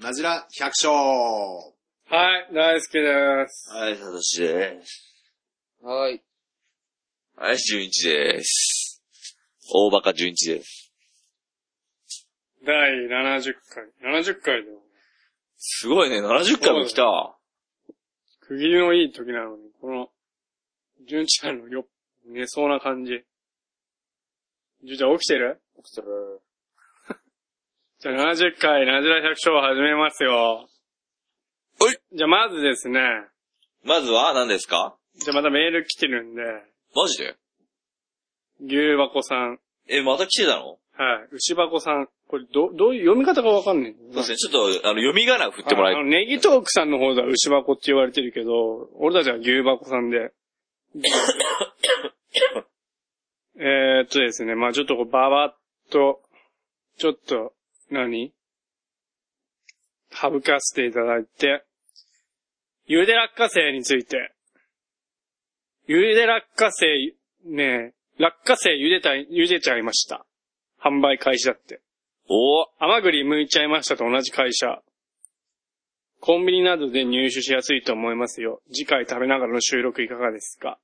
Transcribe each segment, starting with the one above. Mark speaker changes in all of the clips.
Speaker 1: ラジラ百姓
Speaker 2: はい、大好きです。
Speaker 3: はい、サトシです。
Speaker 4: はい。
Speaker 3: はい、純一です。大バカ純一です。
Speaker 2: 第70回。70回でも、
Speaker 3: すごいね、70回も来た。
Speaker 2: 区切りのいい時なのに、この、純ちゃんのよ、寝そうな感じ。純ちゃん起きてる
Speaker 4: 起きてる。
Speaker 2: じゃあ70回、ラジラ百姓を始めますよ。
Speaker 3: はい。
Speaker 2: じゃあまずですね、
Speaker 3: まずは何ですか
Speaker 2: じゃあまたメール来てるんで、
Speaker 3: マジで
Speaker 2: 牛箱さん、
Speaker 3: え、また来てたの
Speaker 2: はい、牛箱さん、これど、どういう読み方がわかんない。
Speaker 3: そうですね、ちょっと、あの、読み仮名振ってもらえ
Speaker 2: あ
Speaker 3: る
Speaker 2: の、ネギトークさんの方では牛箱って言われてるけど、俺たちは牛箱さ んで。えーっとですね、まあちょっとこう、ばばっと、ちょっと、何省かせていただいて、ゆで落花生について。ゆで落花生、ねえ、落花生ゆでた、ゆでちゃいました。販売開始だって。
Speaker 3: お
Speaker 2: 甘栗剥いちゃいましたと同じ会社。コンビニなどで入手しやすいと思いますよ。次回食べながらの収録いかがですか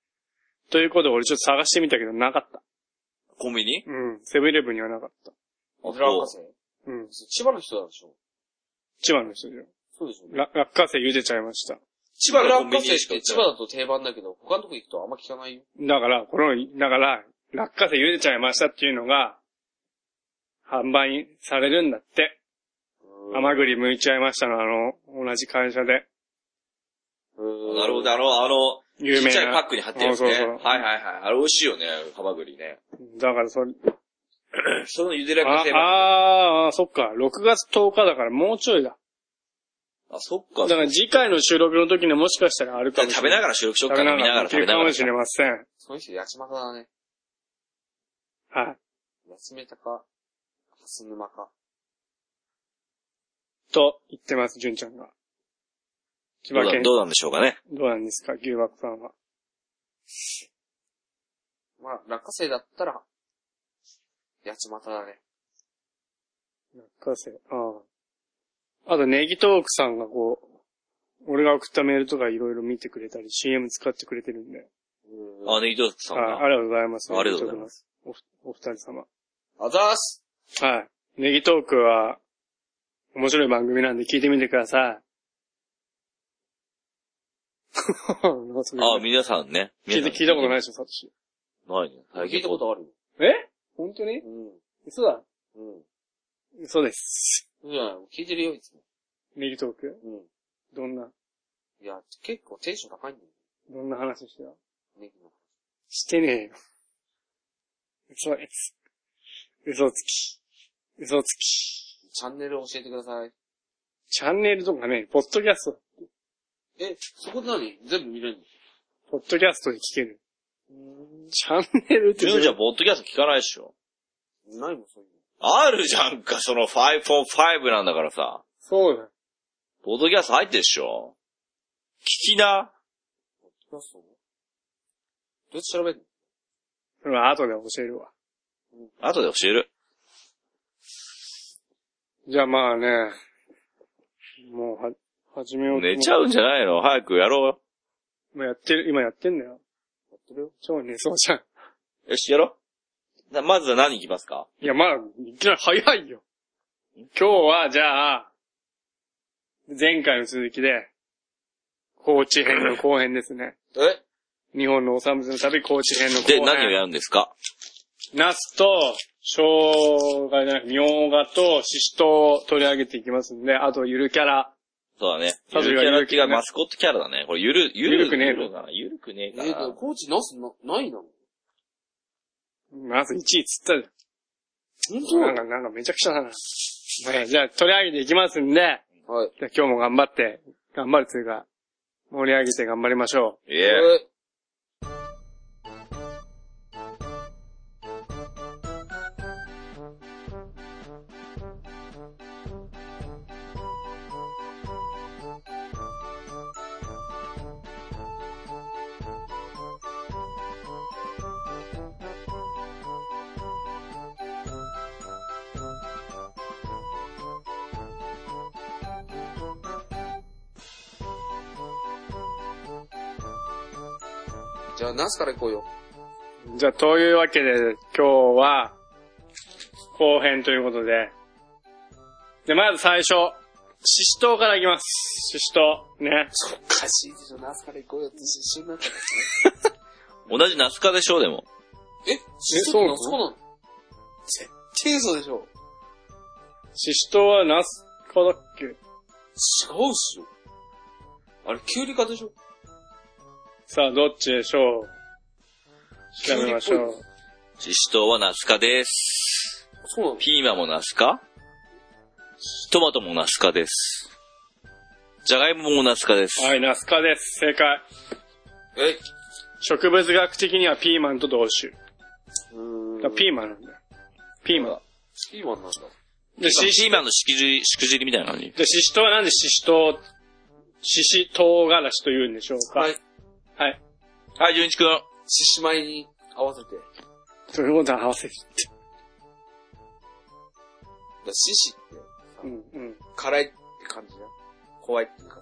Speaker 2: ということで俺ちょっと探してみたけどなかった。
Speaker 3: コンビニ
Speaker 2: うん。セブンイレブンにはなかった。
Speaker 3: あ
Speaker 4: ラ落花生
Speaker 2: うん。
Speaker 4: 千葉の人なんでしょ
Speaker 2: 千葉の人じゃん。
Speaker 4: そうでしょ
Speaker 2: ら落花生茹でちゃいました。
Speaker 3: 千
Speaker 4: 千
Speaker 3: 葉
Speaker 4: 葉
Speaker 3: の
Speaker 4: の
Speaker 3: コンビニでしか売
Speaker 4: っ
Speaker 3: ってて
Speaker 4: 千
Speaker 3: ない
Speaker 4: 葉だと定番だけど、他のとこ行くとあんま聞かないよ。
Speaker 2: だから、この、だから、落花生茹でちゃいましたっていうのが、販売されるんだって。甘栗剥いちゃいましたのあの、同じ会社で。
Speaker 3: な
Speaker 4: な
Speaker 3: るほど、あの、あの、
Speaker 2: 有
Speaker 3: ち
Speaker 2: 名
Speaker 3: っちゃいパッ
Speaker 2: な。
Speaker 3: クに貼ってるんですね。
Speaker 2: そうそう
Speaker 3: はいはいはい。あれ美味しいよね、ハマグリね。
Speaker 2: だからそれ、
Speaker 3: そのゆでら
Speaker 2: あ
Speaker 3: かせあ
Speaker 2: あー、そっか。6月10日だからもうちょいだ。
Speaker 3: あ、そっ
Speaker 2: だ
Speaker 3: か。
Speaker 2: から次回の収録の時にはもしかしたらあるかもし
Speaker 3: 食べ
Speaker 2: れない。
Speaker 3: ながら収録しよう
Speaker 2: 食
Speaker 3: か
Speaker 2: べ
Speaker 3: な、
Speaker 2: な
Speaker 3: 見
Speaker 2: が
Speaker 3: なが
Speaker 2: ら
Speaker 3: ら
Speaker 2: でき
Speaker 3: 食べ
Speaker 2: る
Speaker 3: な
Speaker 2: か
Speaker 3: が
Speaker 2: も
Speaker 3: ら。
Speaker 2: しれません。
Speaker 4: その人、八幡だね。
Speaker 2: はい。
Speaker 4: 八めたか、蓮沼か。
Speaker 2: と言ってます、純ちゃんが。千
Speaker 3: ど
Speaker 2: 葉
Speaker 3: うだ
Speaker 2: 県、
Speaker 3: どうなんでしょうかね。
Speaker 2: どうなんですか、牛枠さんは。
Speaker 4: まあ、落花生だったら、八幡だね。
Speaker 2: 落花生。ああ。あと、ネギトークさんがこう、俺が送ったメールとかいろいろ見てくれたり、CM 使ってくれてるんで。
Speaker 3: あ、ネギトークさん
Speaker 2: あ
Speaker 3: が。
Speaker 2: ありがとうございます。。
Speaker 3: ありがとうございます
Speaker 2: おふお二人様。
Speaker 4: あざーす
Speaker 2: はい。ネギトークは、面白い番組なんで聞いてみてください。
Speaker 3: あ、皆さんね。
Speaker 2: 聞いて、聞いたことない
Speaker 3: い。
Speaker 2: でしょ、サトシ。
Speaker 3: ないね。最
Speaker 4: 聞い
Speaker 3: 近
Speaker 4: たことあるよ。
Speaker 2: え本当に
Speaker 4: うん。
Speaker 2: 嘘だ。
Speaker 4: うん。
Speaker 2: 嘘です。
Speaker 4: いや、聞いてるよ、いつも。
Speaker 2: ネギトーク
Speaker 4: うん。
Speaker 2: どんな、
Speaker 4: いや、結構テンション高いんだよ。
Speaker 2: どんな話してた
Speaker 4: ネギの。
Speaker 2: してねえよ。嘘です。嘘つき。嘘つき。
Speaker 4: チャンネル教えてください。
Speaker 2: チャンネルとかね、ポッドキャスト。
Speaker 4: え、そこで何全部見れるの
Speaker 2: ポッドキャストで聞ける。
Speaker 4: う
Speaker 2: チャンネルって
Speaker 3: ジュンちゃん、ポッドキャスト聞かないでしょ。
Speaker 4: ーん。ないもん、そういう
Speaker 3: あるじゃんか、その iPhone5 なんだからさ。
Speaker 2: そうだよ。
Speaker 3: ポッドキャスト入ってるでしょ。聞きな。
Speaker 4: の。そうどうやって調べる
Speaker 2: それは後で教えるわ。
Speaker 3: 後で教える。
Speaker 2: じゃあまあね、もうは、始めようと思
Speaker 3: 寝ちゃうんじゃないの早くやろうよ。
Speaker 2: もうやってる、今やってんだよ。
Speaker 4: のやってるよ。
Speaker 2: 超寝そうじゃん。
Speaker 3: よし、やろう。なまずは何行きますか
Speaker 2: いや、まあ、いきなり早いよ。今日は、じゃあ、前回の続きで、高知編の後編ですね。
Speaker 4: え
Speaker 2: 日本のお産物の旅、高知編の後
Speaker 3: で、
Speaker 2: 編。
Speaker 3: 何をやるんですか
Speaker 2: ナスと、生姜じゃなく、みょうがと、ししとうを取り上げていきますんで、あと、ゆるキャラ。
Speaker 3: そうだね。
Speaker 2: サ
Speaker 3: ゆ
Speaker 2: トシ
Speaker 3: る
Speaker 2: が
Speaker 3: キャラっていう
Speaker 2: ゆるキャラ
Speaker 3: か
Speaker 2: ね
Speaker 3: マスコットキャラだね。これゆる、ゆ
Speaker 2: ゆ
Speaker 3: る
Speaker 2: るくねえの
Speaker 3: ゆるかな。ゆるくねえ
Speaker 4: え
Speaker 3: か
Speaker 4: ーと、
Speaker 3: な。
Speaker 4: 高知ナスな、ないなの
Speaker 2: ナス1位つったじ
Speaker 4: 本
Speaker 2: ゃん。なん
Speaker 4: 当なの
Speaker 2: か、なんかめちゃくちゃだな。まあじゃあ、取り上げていきますんで、
Speaker 4: はい。
Speaker 2: じゃあ今日も頑張って、頑張るというか、盛り上げて頑張りましょ
Speaker 3: ええ。
Speaker 4: え
Speaker 2: う。
Speaker 4: じゃあ、ナスから行こうよ。
Speaker 2: じゃあ、というわけで、今日は、後編ということで。で、まず最初、シシトウからいきます。シシトウ、ね。
Speaker 4: おかしいでしょ、ナスから行こうよって一緒になった。
Speaker 3: 同じナスカでしょ、でも。
Speaker 4: え
Speaker 2: そうなの
Speaker 4: そうなの絶対嘘でしょ。
Speaker 2: シシトウはナスカだっけ
Speaker 4: 違うっすよ。あれ、キュウリ科でしょ
Speaker 2: さあ、どっちでしょう調べましょう。
Speaker 3: シシトウはナスカです。
Speaker 4: そうなの
Speaker 3: ピーマンもナスカトマトもナスカです。ジャガイモもナスカです。
Speaker 2: はい、ナスカです。正解。
Speaker 4: えい。
Speaker 2: 植物学的にはピーマンと同種。
Speaker 4: うーん。
Speaker 2: だからピーマンなんだよ。ピーマン。
Speaker 4: ピーマンなんだ。
Speaker 2: で、シシ
Speaker 3: ピーマンのしくじり、しくじりみたいな感じ。
Speaker 2: で、シシトウはなんでシシトウ、シシトウガラシと言うんでしょうか
Speaker 4: はい。。
Speaker 2: はい。
Speaker 3: はい、純一くん。
Speaker 4: 獅子舞に合わせて。
Speaker 2: ということは合わせて。
Speaker 4: だ獅子って、
Speaker 2: うん、うん。
Speaker 4: 辛いって感じじゃん。怖いっていうか。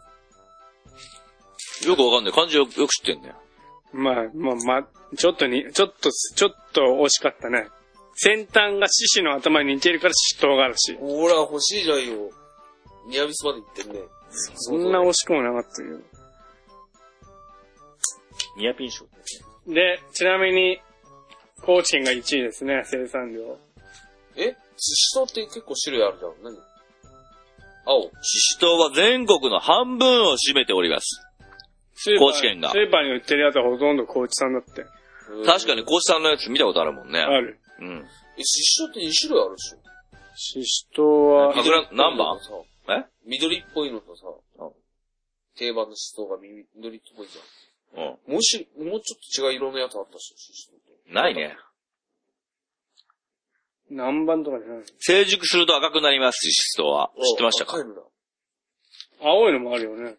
Speaker 3: よくわかんない。漢字よよく知ってんだよ。
Speaker 2: まあ、まあ、まあ、ちょっとに、ちょっと、ちょっと惜しかったね。先端が獅子の頭に似てるから獅子唐辛子。
Speaker 4: ほら、欲しいじゃんよ。ニアミスまで行ってんね。
Speaker 2: そんな惜しくもなかったけど。
Speaker 3: ニアピン賞。
Speaker 2: で、ちなみに、高知県が1位ですね、生産量。
Speaker 4: え獅子糖って結構種類あるじゃん。何青。
Speaker 3: シシトウは全国の半分を占めております。
Speaker 2: スーパー
Speaker 3: 高知県が
Speaker 2: スーパーに売ってるやつはほとんど高知産だって。
Speaker 3: 確か
Speaker 4: に。
Speaker 3: に、コシさんのやつ見たことあるもんね。
Speaker 2: ある。
Speaker 3: うん。
Speaker 4: え、獅子糖って2種類あるでしょ
Speaker 2: 獅子糖は
Speaker 3: あ、それは何番
Speaker 4: 緑っぽいのと
Speaker 3: え
Speaker 4: さ緑っぽいのと
Speaker 3: う
Speaker 4: さ
Speaker 3: ん、
Speaker 4: 定番の獅子糖が緑っぽいじゃん。
Speaker 3: う
Speaker 4: もうし、もうちょっと違う色のやつあったっしょ、シシトって。
Speaker 3: ん。ないね。
Speaker 2: 何番とかじゃない
Speaker 3: 成熟すると赤くなります、シシトウは。知ってましたか
Speaker 4: あ赤いのだ。
Speaker 2: 青いのもあるよね。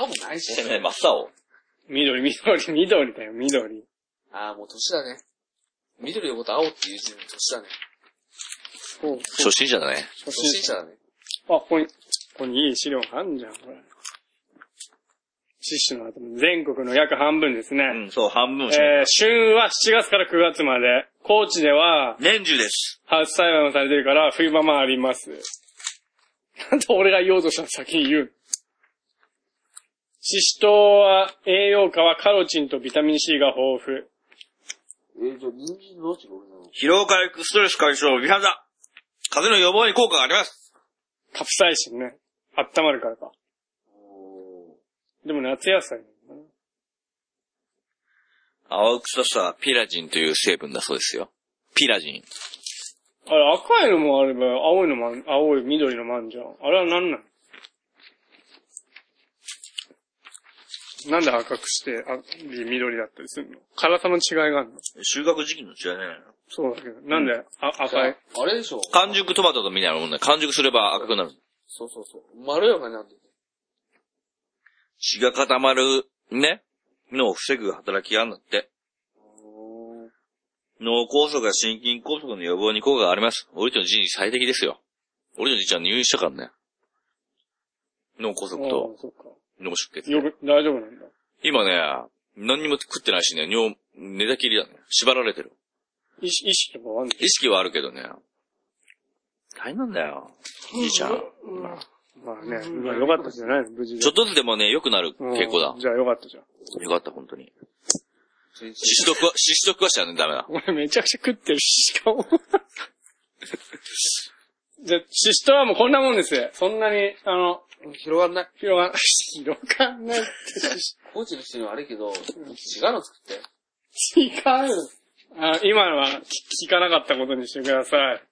Speaker 4: 青もないし。
Speaker 3: 真っ青。
Speaker 2: 緑、緑、 緑だよ、緑。
Speaker 4: ああ、もう年だね。緑のこと青っていう字の年だね。
Speaker 2: そう、
Speaker 3: 初心者だね。
Speaker 2: 初
Speaker 4: 初心者だね。
Speaker 2: あ、ここに、ここにいい資料があんじゃん、これ。獅子の頭、全国の約半分ですね。
Speaker 3: うん、そう、半分を占めて
Speaker 2: えー、旬は7月から9月まで。高知では、
Speaker 3: 年中です。
Speaker 2: ハウス栽培もされてるから、冬場もあります。 なんで俺が言おうとしたの先に言うのシシトウは、栄養価はカロチンとビタミン C が豊富。
Speaker 4: えー、じゃあ、人参どうしてこれなの
Speaker 3: 疲労回復、ストレス解消、美肌。風邪の予防に効果があります。
Speaker 2: カプサイシンね。温まるからか。
Speaker 4: お
Speaker 2: でも夏野菜なんだ
Speaker 3: 青臭さはピラジンという成分だそうですよ。ピラジン。
Speaker 2: なあれ、赤いのもあれば、青いのもあん、青い、緑のもあんじゃん。あれはなんなんなんで赤くして、あ、緑だったりするの辛さの違いがあるの
Speaker 3: 収穫時期の違いね。
Speaker 2: そうだけど、なんで、あ、
Speaker 4: ーじゃ
Speaker 2: 赤い。
Speaker 4: ああれでしょ
Speaker 3: 完熟トマトとみたいなもんね。完熟すれば赤くなる。
Speaker 4: そうそうそう。まろやかになってて。
Speaker 3: 血が固まる、ね。のを防ぐ働きがあるんだって。
Speaker 4: おー
Speaker 3: 脳梗塞や心筋梗塞の予防に効果があります。俺とのじいに最適ですよ。俺とのじいちゃん入院したからね。脳梗塞
Speaker 2: あ
Speaker 3: と
Speaker 2: あそっか。
Speaker 3: 脳出血。
Speaker 2: よく、大丈夫なんだ。
Speaker 3: 今ね、何にも食ってないしね、尿、寝たきりだね。縛られてる。
Speaker 2: 意識、意識とかはあんの
Speaker 3: 意識はあるけどね。大変なんだよ。じいちゃん。
Speaker 2: まあね、まあよかったじゃないの、無事で。
Speaker 3: ちょっとずつでもね、良くなる傾向だ
Speaker 2: うん。じゃあよかったじゃん。
Speaker 3: よかった、本当に。
Speaker 4: 全然
Speaker 3: シシドクは、シシドクはしちゃね、ダメだ。
Speaker 2: 俺めちゃくちゃ食ってるし、しかも。じゃあ、シシトウはもうこんなもんです。そんなに、あの、
Speaker 4: 広がんない。
Speaker 2: 広が、広がんないって。
Speaker 4: 高知の人にはあれけど、違うの作って。
Speaker 2: 違う。あ今のは聞聞かなかったことにしてください。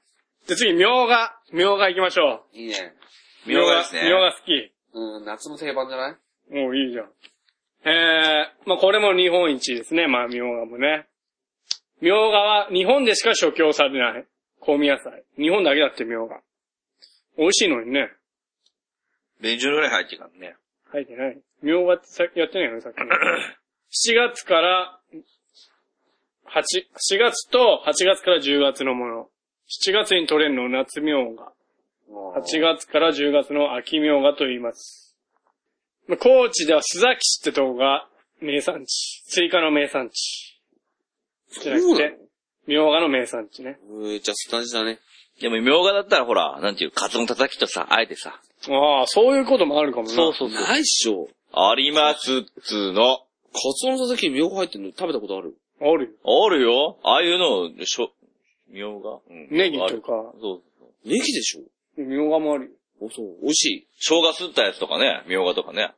Speaker 2: じゃあ次、みょうが。みょうが行きましょ
Speaker 4: いいね。
Speaker 2: う。
Speaker 3: みょうがですね
Speaker 2: みょうが好き。
Speaker 4: うん、夏の定番じゃない
Speaker 2: もういいじゃん。えー、まあこれも日本一ですね、まあ、みょうがもね。みょうがは日本でしか所供されない香味野菜。日本だけだってみょうが。美味しいのにね。
Speaker 3: 便所ぐらい入ってからね。
Speaker 2: 入ってない。みょうがってさやってないよね、さっき の。7月から、8、4月と8月から10月のもの。7月に取れるのを夏みょうが。8月
Speaker 4: 月。
Speaker 2: から10月の秋みょうがと言います。まあ高知では須崎市ってとこが名産地。スイカの名産地。じゃな
Speaker 4: そ
Speaker 2: く
Speaker 4: うな
Speaker 2: て
Speaker 4: の、
Speaker 2: みょうがの名産地ね。
Speaker 4: めっちゃスタジだね。
Speaker 3: でも、みょうがだったらほら、なんていう、カツオのたたきとさ、あえてさ。
Speaker 2: ああ、そういうこともあるかもな。
Speaker 3: そうそうそう。
Speaker 4: ないっしょ。
Speaker 3: ありますっつーの。
Speaker 4: カツオのたたきにみょうが入ってんの食べたことある
Speaker 2: あるよ。
Speaker 3: あるよ。ああいうの、しょ、みょうが。うん
Speaker 2: ネギ
Speaker 3: あ
Speaker 2: と
Speaker 3: る
Speaker 2: か、
Speaker 3: そう。
Speaker 4: ネギでしょ
Speaker 2: みょうがもあるよ。
Speaker 4: おそう。美味しい。
Speaker 3: 生姜すったやつとかね、みょうがとかね。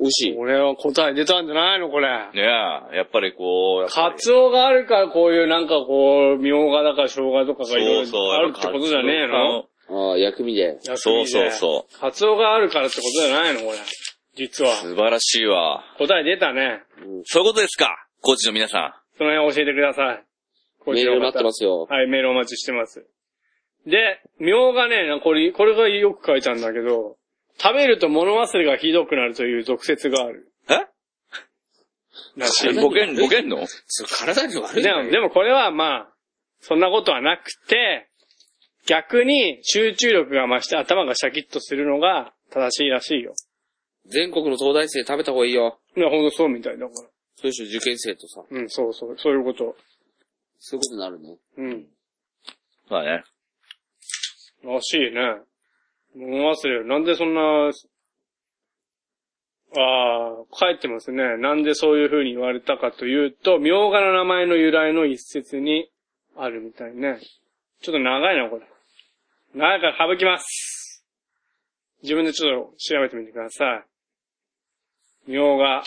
Speaker 4: 美味しい。
Speaker 2: 俺は答え出たんじゃないのこれ。
Speaker 3: ねえ、やっぱりこう、やっぱ
Speaker 2: カ
Speaker 3: り
Speaker 2: ツオがあるからこういうなんかこう、みょうがだから生姜とかがいろいろあるってことじゃねえの。
Speaker 4: ああ、薬味で。
Speaker 3: そうそうそう
Speaker 2: カツオがあるからってことじゃないのこれ。実は。
Speaker 3: 素晴らしいわ。
Speaker 2: 答え出たね。
Speaker 4: うん。
Speaker 3: そういうことですかコーチの皆さん。
Speaker 2: その辺教えてください。。
Speaker 4: メール待ってますすよ。
Speaker 2: はい、メールお待ちしてます。で、みょうがね、なこれ、これがよく書いたんだけど、食べると物忘れがひどくなるという俗説がある。
Speaker 3: え
Speaker 2: らしい
Speaker 4: 知らな
Speaker 3: ボケん、ボケんの
Speaker 4: それ体に悪いん
Speaker 2: で
Speaker 4: だよ
Speaker 2: も、でもこれはまあ、そんなことはなくて、逆に集中力が増して頭がシャキッとするのが正しいらしいよ。
Speaker 4: 全国の東大生食べた方がいいよ。
Speaker 2: いや、ほんとそうみたいだか
Speaker 4: そうでしょ、受験生とさ。
Speaker 2: ら。うん、そうそう、そういうこと。
Speaker 4: そういうことになるね。
Speaker 2: うん。
Speaker 3: まあね。
Speaker 2: らしいね。物忘れる。なんでそんな、ああ、書いてますね。なんでそういう風に言われたかというと、名画の名前の由来の一節にあるみたいね。ちょっと長いな、これ。長いから省きます。自分でちょっと調べてみてください。名画、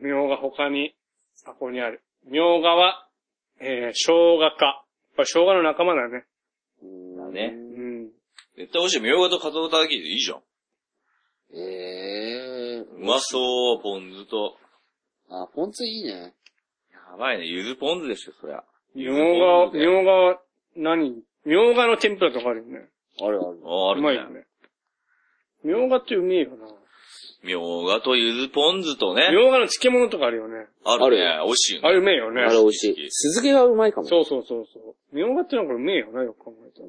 Speaker 2: 名画他に、あ、ここにある。名画は、えー、生姜科。やっぱ生姜の仲間だね。
Speaker 4: うん
Speaker 3: ね
Speaker 2: うん。
Speaker 3: 絶対美味しい。みょうがとカツオのたたきでいいじゃん。
Speaker 4: ええ
Speaker 3: うまそう、ポン酢と。
Speaker 4: あ、ポン酢いいね。
Speaker 3: やばいね。ゆずポン酢ですよ、そりゃ。
Speaker 2: みょうが、みょうが、何みょうがの天ぷらとかあるよね。
Speaker 4: あるある。
Speaker 3: ああ
Speaker 2: うまいよ
Speaker 3: るね。
Speaker 2: ね。みょうがってうめえよな。
Speaker 3: みょうがとゆずポン酢と
Speaker 2: み
Speaker 3: ね。
Speaker 2: ょうがの漬物とかあるよね。
Speaker 3: ある
Speaker 4: あ
Speaker 3: ね。美味しいよ
Speaker 2: あ
Speaker 3: ね。
Speaker 2: れうめえよ
Speaker 4: あれ美
Speaker 2: ね。
Speaker 4: 味しい。酢漬けはうまいかも。
Speaker 2: そうそうそうそう。みょうがってなんかうめえよな、よく考えたら。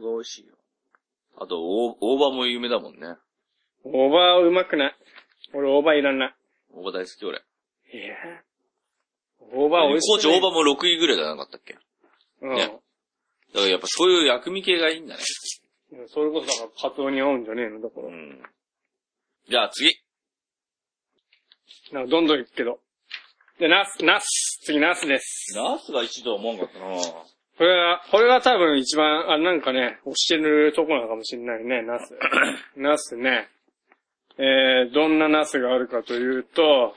Speaker 3: 美味しいよ。あと、大大葉も有名だもんね。
Speaker 2: 大葉はうまくない。俺大葉いらない。
Speaker 3: 大葉大好き、俺。
Speaker 2: いや大葉美味しい。
Speaker 3: 高知大葉も6位ぐらいじゃなかったっけだ
Speaker 2: うん。
Speaker 3: ねからやっぱそういう薬味系がいいんだね。
Speaker 2: いやそれこそだからカツオに合うんじゃねえの、だから
Speaker 3: う。ん。じゃあ次。
Speaker 2: なんかどんどんいくけど。で、ナス、ナス。次ナスです。
Speaker 3: ナスが一度は思わんかったなぁ。
Speaker 2: これは、これが多分一番、あ、なんかね、押してるとこなのかもしれないね、ナ ス。ナスね。えー、どんなナスがあるかというと、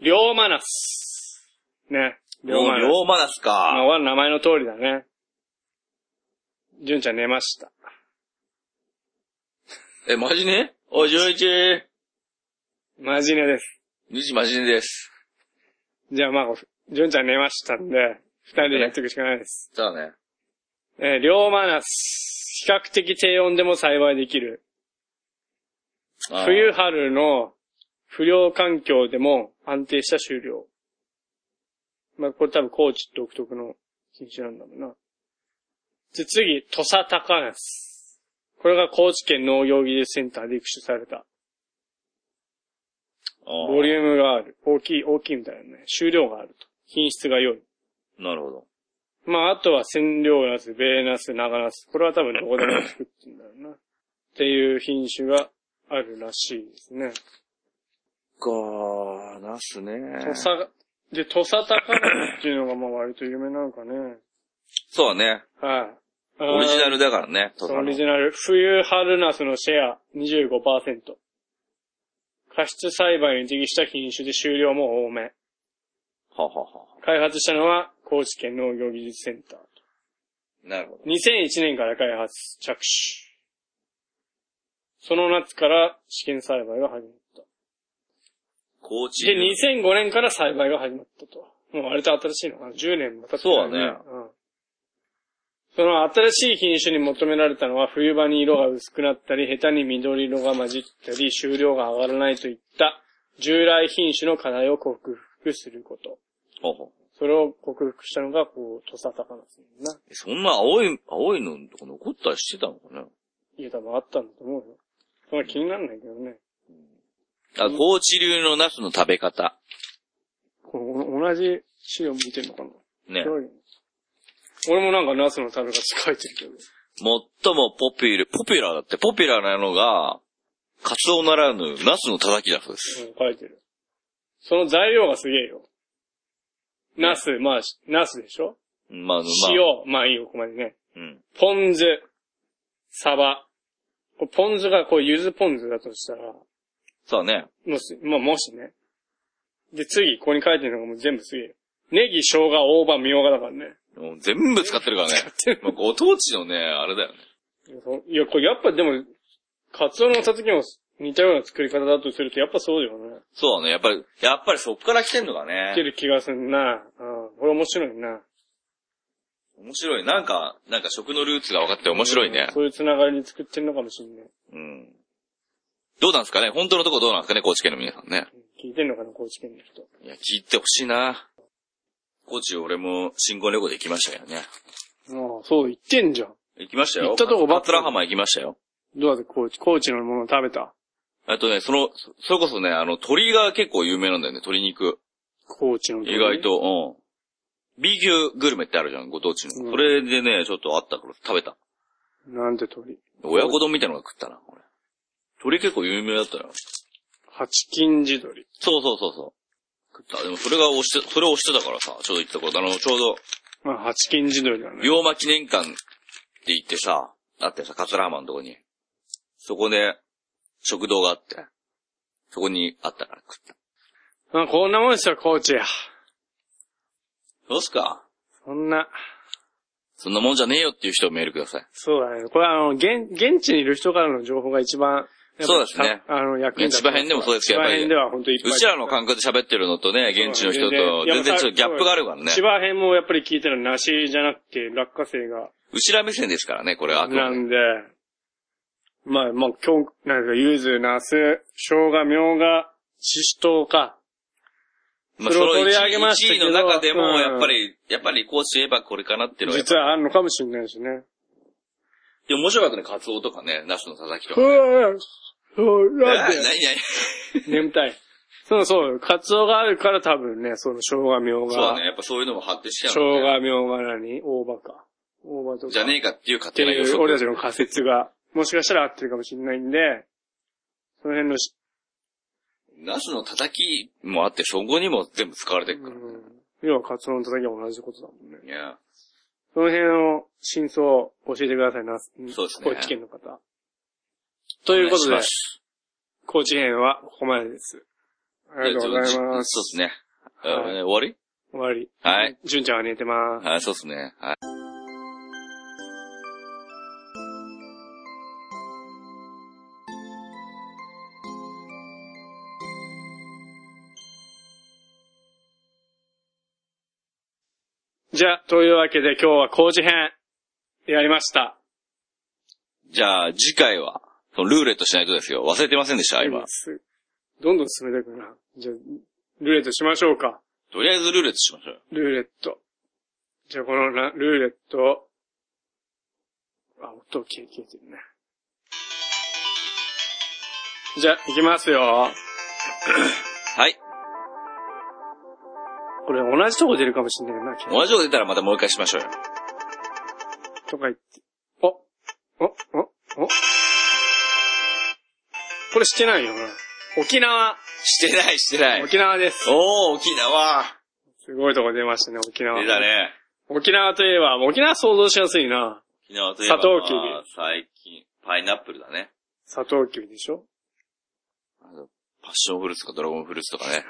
Speaker 2: 龍馬ナス。ね。龍
Speaker 3: もう
Speaker 2: 馬ナス。
Speaker 3: マナス
Speaker 2: ま
Speaker 3: か。
Speaker 2: あ、は名前の通りだね。純ちゃん寝ました。
Speaker 3: え、マジねおい、純一。
Speaker 2: マジ寝です。
Speaker 3: 二時マジねです。
Speaker 2: じゃあまあ、純ちゃん寝ましたんで、二人でやっていくしかないです。
Speaker 3: だね。
Speaker 2: えー、龍馬ナス。比較的低温でも栽培できる。
Speaker 3: あー
Speaker 2: 冬春の不良環境でも安定した収量。まあ、これ多分高知独特の品種なんだろうな。で、次、土佐高ナス。これが高知県農業技術センターで育種された。
Speaker 3: あ
Speaker 2: ボリュームがある。大きい、大きいみたいなね。収量があると。品質が良い。
Speaker 3: ーなるほど。
Speaker 2: まあ、あとは千両ナス、ベーナス、長ナス。これは多分どこでも作ってんだろうな。っていう品種があるらしいですね。
Speaker 3: かー、ナスね
Speaker 2: 土佐、で、土佐高菜っていうのがまあ割と有名なのかね。
Speaker 3: そうね。
Speaker 2: はい。
Speaker 3: オリジナ
Speaker 2: ル。
Speaker 3: ルだからね。
Speaker 2: そ
Speaker 3: 土佐
Speaker 2: う
Speaker 3: の
Speaker 2: オリジナル。冬春ナスのシェア25%。加湿栽培に適した品種で収量も多め。
Speaker 3: ははは。
Speaker 2: 開発したのは高知県農業技術センター。
Speaker 3: なるほど。
Speaker 2: 2001年から開発、着手。その夏から試験栽培が始まった。
Speaker 3: 高知。
Speaker 2: で、2005年から栽培が始まったと。もう割と新しいのかな。10年も経ってな
Speaker 3: そ
Speaker 2: い
Speaker 3: うだね
Speaker 2: ん。その新しい品種に求められたのは冬場に色が薄くなったり、下手に緑色が混じったり、収量が上がらないといった従来品種の課題を克服すること。
Speaker 3: ほうほう
Speaker 2: それを克服したのが、こう、土佐高菜ですな。
Speaker 3: えそんな青い、青いのとか残ったりしてたのかね
Speaker 2: いや、多分あったんだと思うよ。そんな気にならないけどね。
Speaker 3: あ、高知流のナスの食べ方。
Speaker 2: この同じ資料見てんのかな
Speaker 3: ね。
Speaker 2: 広いよね俺もなんかナスの食べ方書いてるけど。
Speaker 3: 最もポピュラー、ポピュラーだって、ポピュラーなのが、カツオならぬ、ナスのたたきだそうです。
Speaker 2: うん、書いてる。その材料がすげえよ。ナス、まあ、しナスでしょ
Speaker 3: まあ、まあ、
Speaker 2: 塩、まあいいよ、ここまでね。
Speaker 3: うん。
Speaker 2: ポン酢、サバ。これポン酢がこう、ゆずポン酢だとしたら、
Speaker 3: そうね。
Speaker 2: もし、まあもしね。で、次、ここに書いてるのがもう全部すげえよ。ネギ、生姜、大葉、みょうがだからね。
Speaker 3: もう全部使ってるからね。もうご当地のね、あれだよね。
Speaker 2: いや、これやっぱでも、カツオのたたきも似たような作り方だとすると、やっぱそうだよね。
Speaker 3: そうね。やっぱり、やっぱりそっから来てんのか
Speaker 2: い
Speaker 3: ね。
Speaker 2: ける気がするな。うん。これ面白いな。
Speaker 3: 面白い。なんか、なんか食のルーツが分かって面白いね
Speaker 2: うん。そういうつながりに作ってんのかもしんない。
Speaker 3: うん。どうなんですかね本当のとこどうなんですかね高知県の皆さんね。
Speaker 2: 聞いてんのかな、高知県の人。
Speaker 3: いや、聞いてほしいな。高知俺も新婚旅行で行きましたよね。
Speaker 2: ああ、そう、行ってんじゃん。
Speaker 3: 行きましたよ。
Speaker 2: 行ったとこばっか
Speaker 3: バトラ浜行きましたよ。
Speaker 2: どうだって高知、高知のものを食べた。
Speaker 3: あとね、その、そそれこそね、あの、鳥が結構有名なんだよね、鶏肉。
Speaker 2: 高知の。
Speaker 3: 意外。と、うん。B 級グルメってあるじゃん、ご当地の。
Speaker 2: うん
Speaker 3: それでね、ちょっとあったから食べた。
Speaker 2: なんて鳥。
Speaker 3: 親子丼みたいなのが食ったな、これ。鳥結構有名だったよ。
Speaker 2: 八金地鶏。
Speaker 3: そうそうそうそう。食った。でもそれが押して、それを押してたからさ、ちょうど行ったこと、あの、ちょうど、
Speaker 2: まあ、八金地鶏だね。
Speaker 3: 龍馬記念館って行ってさ、あってさ、桂浜のとこに。そこで、食堂があって、そこにあったから食った。
Speaker 2: あこんなもんですよ、高知や。
Speaker 3: そうっすか
Speaker 2: そんな、
Speaker 3: そんなもんじゃねえよっていう人メールください。
Speaker 2: そうだね。これはあの、現、現地にいる人からの情報が一番、やっぱ
Speaker 3: そうですね
Speaker 2: たあの、役に立つ
Speaker 3: 千葉編でもそうですけ
Speaker 2: 千
Speaker 3: どやっ
Speaker 2: 葉
Speaker 3: ぱり
Speaker 2: 編では本当にいっぱいう
Speaker 3: ちらの感覚で喋ってるのとね、現地の人と、全然ちょっとギャップがあるからね
Speaker 2: 千。葉編もやっぱり聞いたら梨じゃなくて落花生が、
Speaker 3: うちら目線ですからね、これはあくま
Speaker 2: な
Speaker 3: で。
Speaker 2: んで、まあ、まあ、今日、なんか、ゆず、なす、生姜、みょうが、ししとうか。
Speaker 3: まあ、
Speaker 2: そ
Speaker 3: そ
Speaker 2: れを
Speaker 3: の
Speaker 2: 取り上げました
Speaker 3: 1
Speaker 2: け
Speaker 3: 位の
Speaker 2: ど
Speaker 3: 中で
Speaker 2: う
Speaker 3: も、
Speaker 2: ん
Speaker 3: やっぱり、やっぱりこうすればこれかなっていうのはやっぱ。
Speaker 2: 実はあるのかもしれないしね。
Speaker 3: でも面白かったね、カツオとかね、ナスのたたきと
Speaker 2: う
Speaker 3: か。
Speaker 2: わそう、
Speaker 3: えー
Speaker 2: なん
Speaker 3: 何
Speaker 2: で
Speaker 3: 何
Speaker 2: 眠たい。そうそう、カツオがあるから多分ね、その生姜、みょう
Speaker 3: そうだ
Speaker 2: が
Speaker 3: ね、、やっぱそういうのも発展して
Speaker 2: 生
Speaker 3: たのね
Speaker 2: 姜、みょうがなに、大葉か。大葉とか。
Speaker 3: じゃねえかっていう
Speaker 2: っ
Speaker 3: 勝
Speaker 2: て
Speaker 3: 手な予
Speaker 2: いう、
Speaker 3: 測。
Speaker 2: 俺たちの仮説が、もしかしたら合ってるかもしれないんで、その辺のし、
Speaker 3: ナスのたたきもあって、そこにも全部使われてる
Speaker 2: う
Speaker 3: から。
Speaker 2: ん、要はカツオの叩きは同じことだもんね。
Speaker 3: いや、
Speaker 2: その辺の真相を教えてくださいな、
Speaker 3: そうですね
Speaker 2: 高知県の方。ということ
Speaker 3: お願
Speaker 2: で
Speaker 3: いしま、す
Speaker 2: 高知編はここまでです。ありがとうございます。
Speaker 3: そうですね。あ
Speaker 2: はい
Speaker 3: えー終わり
Speaker 2: 終わり。
Speaker 3: はい。
Speaker 2: 純ちゃんは寝てます。
Speaker 3: はい、そうですね。はい。
Speaker 2: じゃあ、というわけで今日は高知編、やりました。
Speaker 3: じゃあ、次回は、そのルーレットしないとですよ。忘れてませんでした、今。
Speaker 2: すどんどん進めていくな。じゃあ、ルーレットしましょうか。
Speaker 3: とりあえずルーレットしましょうよ。
Speaker 2: ルーレット。じゃあこのなルーレットを、あ、音消え消えてるね。じゃあ、いきますよ。
Speaker 3: はい。
Speaker 2: これ同じとこ出るかもしんないな、今日
Speaker 3: 同じこと出たらまたもう一回しましょうよ。
Speaker 2: とか言って。おおおおこれしてないよな。沖縄
Speaker 3: してない、して ない。
Speaker 2: 沖縄です。
Speaker 3: おー、沖縄。
Speaker 2: すごいとこ出ましたね、沖縄。
Speaker 3: 出たね。
Speaker 2: 沖縄といえば、沖縄想像しやすいな。
Speaker 3: 沖縄といえば、
Speaker 2: サトウキビ
Speaker 3: まあ最近、パイナップルだね。
Speaker 2: 砂糖キビでしょ
Speaker 3: あのパッションフルーツとかドラゴンフルーツとかね。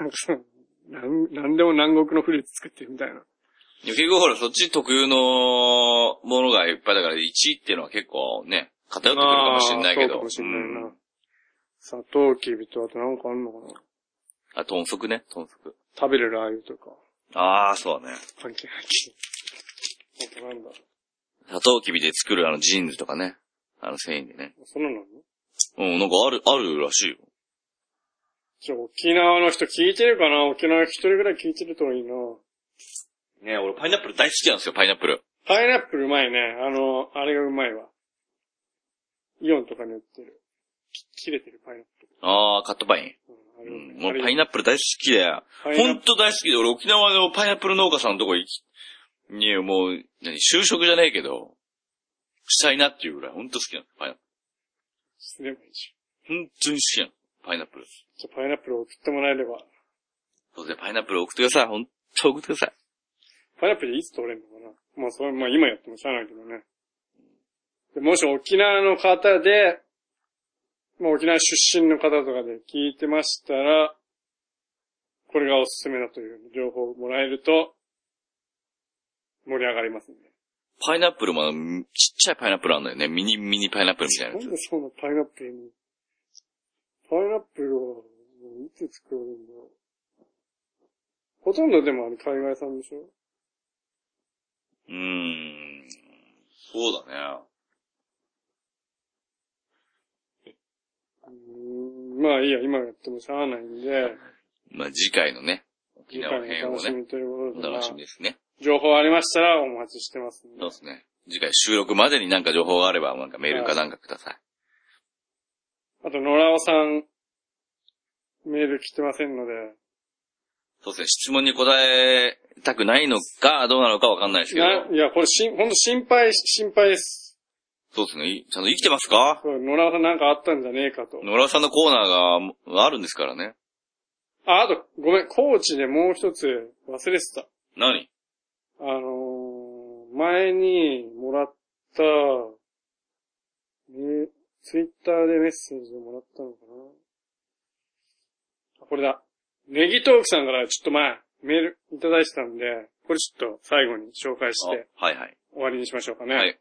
Speaker 2: なん、なんでも南国のフルーツ作ってるみたいな。
Speaker 3: でも結構ほら、そっち特有のものがいっぱいだから、1位っていうのは結構ね、偏ってくるかもしれないけ
Speaker 2: あーそう
Speaker 3: ど。
Speaker 2: かもしれない
Speaker 3: うん
Speaker 2: な。砂糖キビとあとなんかあんのかな
Speaker 3: あ、豚足ね、豚足。
Speaker 2: 食べるラー油とか。
Speaker 3: あー、そうだね。
Speaker 2: 関係ないけど。あとなんだろ
Speaker 3: 砂糖キビで作るあのジーンズとかね。あの繊維でね。
Speaker 2: う。そんなのあんの
Speaker 3: うん、なんかある、あるらしいよ。
Speaker 2: ちょ、沖縄の人聞いてるかな沖縄一人ぐらい聞いてるといいな。
Speaker 3: ね俺パイナップル大好きなんですよ、パイナップル。
Speaker 2: パイナップルうまいね。あの、あれがうまいわ。イオンとかに売ってる。き切れてるパイナップ
Speaker 3: あー、カットパイン。
Speaker 2: ル。うんあれ
Speaker 3: う
Speaker 2: よ
Speaker 3: ん
Speaker 2: ね
Speaker 3: もうパイナップル大好きだよ。
Speaker 2: パイ
Speaker 3: ほ
Speaker 2: ナッ
Speaker 3: んと大好きで、俺沖縄のパイナップル農家さんのとこ行き、に、もう、何、就職じゃねえけど、したいなっていうぐらい、ほんと好きなの。パイナップ
Speaker 2: プルでもいいし。
Speaker 3: ル。ほんとに好きなの。パイナップル。
Speaker 2: じゃあパイナップルを送ってもらえれば。
Speaker 3: そうですね、パイナップル送ってください。ほんと送ってください。
Speaker 2: パイナップルいつ取れるのかなまあそれ、まあ今やってもしゃあないけどね。でもし沖縄の方で、まあ沖縄出身の方とかで聞いてましたら、これがおすすめだという情報をもらえると、盛り上がりますね。
Speaker 3: パイナップルもあの、ちっちゃいパイナップルあんだよね。ミニミニパイナップルみたいな
Speaker 2: な
Speaker 3: や
Speaker 2: ん
Speaker 3: つ。
Speaker 2: でそんなパイナップルに、パイナップルは、もういつ作るんだろう。ほとんどでもあれ海外産でしょ
Speaker 3: うーん。そうだね。
Speaker 2: うーんまあいいや、今やってもしゃあないんで、
Speaker 3: まあ、次回のね、沖
Speaker 2: 次
Speaker 3: 縄
Speaker 2: 回
Speaker 3: 編
Speaker 2: の
Speaker 3: を
Speaker 2: 楽し
Speaker 3: ね、
Speaker 2: みというこ
Speaker 3: お
Speaker 2: とで、
Speaker 3: 楽しみ
Speaker 2: まあ
Speaker 3: ですね。
Speaker 2: 情報ありましたらお待ちしてますんで
Speaker 3: そうですね。次回収録までになんか情報があれば、なんかメールかなんかください。
Speaker 2: あと、野良尾さん、メール来てませんので、
Speaker 3: そうですね、質問に答えたくないのか、どうなのかわかんないですけど、
Speaker 2: ないや、これしん、ほんと心配、心配です。
Speaker 3: そうですね、いちゃんと生きてますか
Speaker 2: これ野良尾さんなんかあったんじゃねえかと。
Speaker 3: 野良さんのコーナーがあるんですからね。
Speaker 2: あ、あと、ごめん、高知でもう一つ忘れてた。
Speaker 3: 何
Speaker 2: あのー前にもらった、ね、ツイッターでメッセージをもらったのかなあこれだ。ネギトークさんからちょっと前、メールいただいてたんで、これちょっと最後に紹介して
Speaker 3: あはいはい。
Speaker 2: 終わりにしましょうかね。
Speaker 3: はい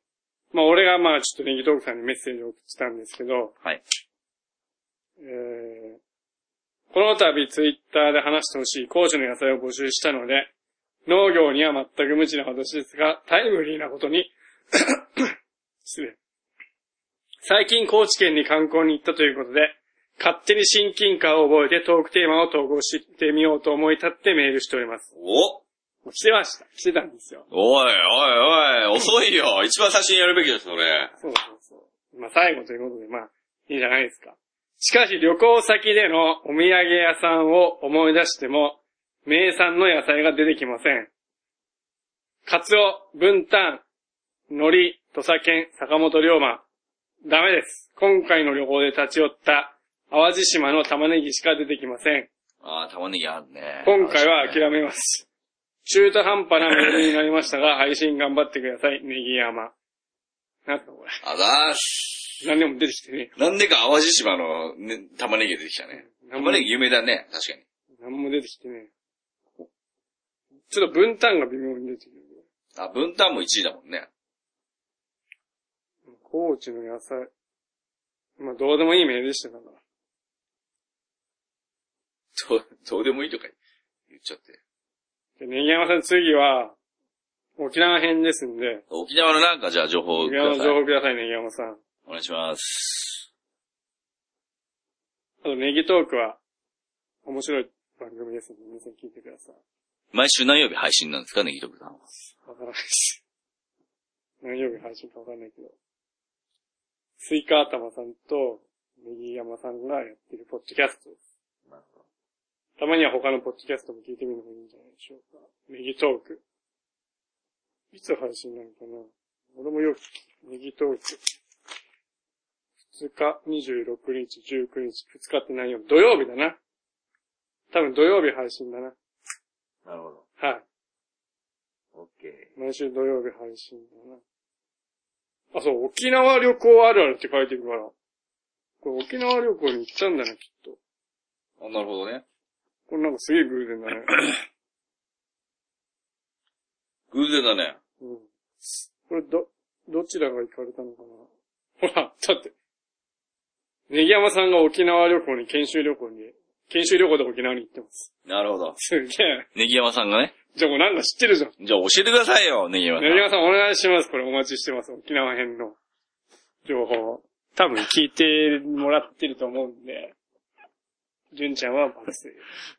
Speaker 2: まあ俺がまあちょっとネギトークさんにメッセージを送ってたんですけど、
Speaker 3: はい。
Speaker 2: えーこの度ツイッターで話してほしい高所の野菜を募集したので、農業には全く無知な私ですが、タイムリーなことに、 失礼。最近高知県に観光に行ったということで、勝手に親近感を覚えてトークテーマを投稿してみようと思い立ってメールしております。
Speaker 3: お
Speaker 2: もう来てました。来てたんですよ。
Speaker 3: おいおいおい、遅いよ一番最初にやるべきです、それ。
Speaker 2: そうそうそう。まあ最後ということで、まあ、いいじゃないですか。しかし旅行先でのお土産屋さんを思い出しても、名産の野菜が出てきません。カツオ、ブンタン、海苔、土佐犬、坂本龍馬。ダメです。今回の旅行で立ち寄った淡路島の玉ねぎしか出てきません。
Speaker 3: ああ、玉ねぎあるね。
Speaker 2: 今回は諦めます。中途半端なメールになりましたが、配信頑張ってください。ネギ山。なんすかこれ。
Speaker 3: あざーす。
Speaker 2: 何でも出てきてねえよ
Speaker 3: なんでか淡路島の、ね、玉ねぎが出てきたね。玉ねぎ有名だね、確かに。
Speaker 2: 何も出てきてねえ。ちょっと分担が微妙に出てくる。
Speaker 3: あ、分担も1位だもんね。
Speaker 2: 高知の野菜。まあ、どうでもいいメールでしたから。
Speaker 3: どう、 どうでもいいとか言っちゃって。
Speaker 2: で、ネギ山さん次は、沖縄編ですんで、
Speaker 3: 沖縄のなんかじゃあ情報を
Speaker 2: 沖
Speaker 3: く
Speaker 2: 縄
Speaker 3: だ
Speaker 2: の
Speaker 3: さ
Speaker 2: 情
Speaker 3: い。
Speaker 2: 報ください、ネギ山さん。
Speaker 3: お願いします。
Speaker 2: あと、ネギトークは、面白い番組ですんで、皆さん聞いてください。
Speaker 3: 毎週何曜日配信なんですかね、ギトクさんは。
Speaker 2: わからないし。何曜日配信かわかんないけど。スイカ頭さんと、ネギ山さんがやってるポッドキャストです。たまには他のポッドキャストも聞いてみるのもいいんじゃないでしょうか。ネギトーク。いつ配信なのかな俺もよく、ネギトーク。2日、26日、19日、2日って何曜日土曜日だな。多分土曜日配信だな。
Speaker 3: なるほど。
Speaker 2: はい。
Speaker 3: オッケ
Speaker 2: 毎週土曜日配信だな。あ、そう、沖縄旅行あるあるって書いてるから。これ沖縄旅行に行ったんだね、きっと。
Speaker 3: ー。あ、なるほどね。
Speaker 2: これなんかすげえ偶然だね。
Speaker 3: 偶然だね。
Speaker 2: うん。これど、どちらが行かれたのかなほら、だって。ネギ山さんが沖縄旅行に、研修旅行に、研修旅行で沖縄に行ってます。
Speaker 3: なるほど。
Speaker 2: すげえ。
Speaker 3: ネギ山さんがね。
Speaker 2: じゃあもうなんか知ってるじゃん。
Speaker 3: じゃあ教えてくださいよ、ネギ山さ
Speaker 2: ネギ
Speaker 3: ん。
Speaker 2: 山さんお願いします。これお待ちしてます。沖縄編の情報を。多分聞いてもらってると思うんで。純ちゃんは爆睡。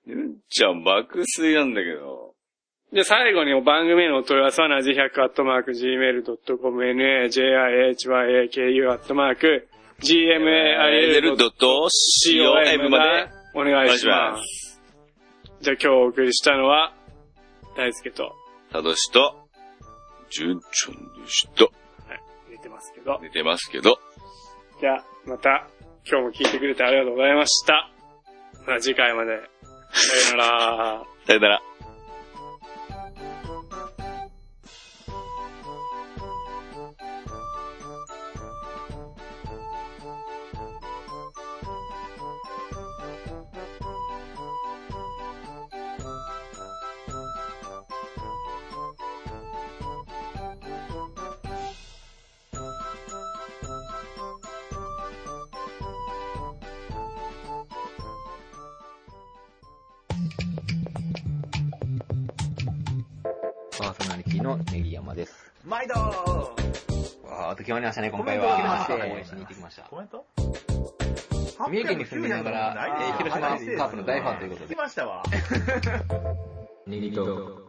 Speaker 3: ゆんちゃん爆睡なんだけど。
Speaker 2: で、最後に番組へのお問い合わせはなじ100アットマーク gmail.com najihyaku
Speaker 3: えー、ル
Speaker 2: gmail.com
Speaker 3: ドット COM まで。
Speaker 2: おお願
Speaker 3: お
Speaker 2: いし
Speaker 3: 願いし
Speaker 2: ま。
Speaker 3: ます
Speaker 2: じゃあ今日お送りしたのは、大輔と
Speaker 3: ただしと、順調でした。
Speaker 2: 寝てますけど。
Speaker 3: 寝てますけど、
Speaker 2: じゃあまた、今日も聞いてくれてありがとうございました。まあ次回まで。さよなら。
Speaker 3: さよなら。
Speaker 5: パーソナリティのネギ山です。
Speaker 6: 毎度コ
Speaker 5: わーっと決まりましたね、今回は。
Speaker 6: コメントが来まして
Speaker 5: 応援しに行ってきました。
Speaker 6: メント
Speaker 5: 三重県に住んでいながら
Speaker 6: 800
Speaker 5: えー広島カープの大ファンということで
Speaker 6: 聞きましたわ。
Speaker 5: ネギと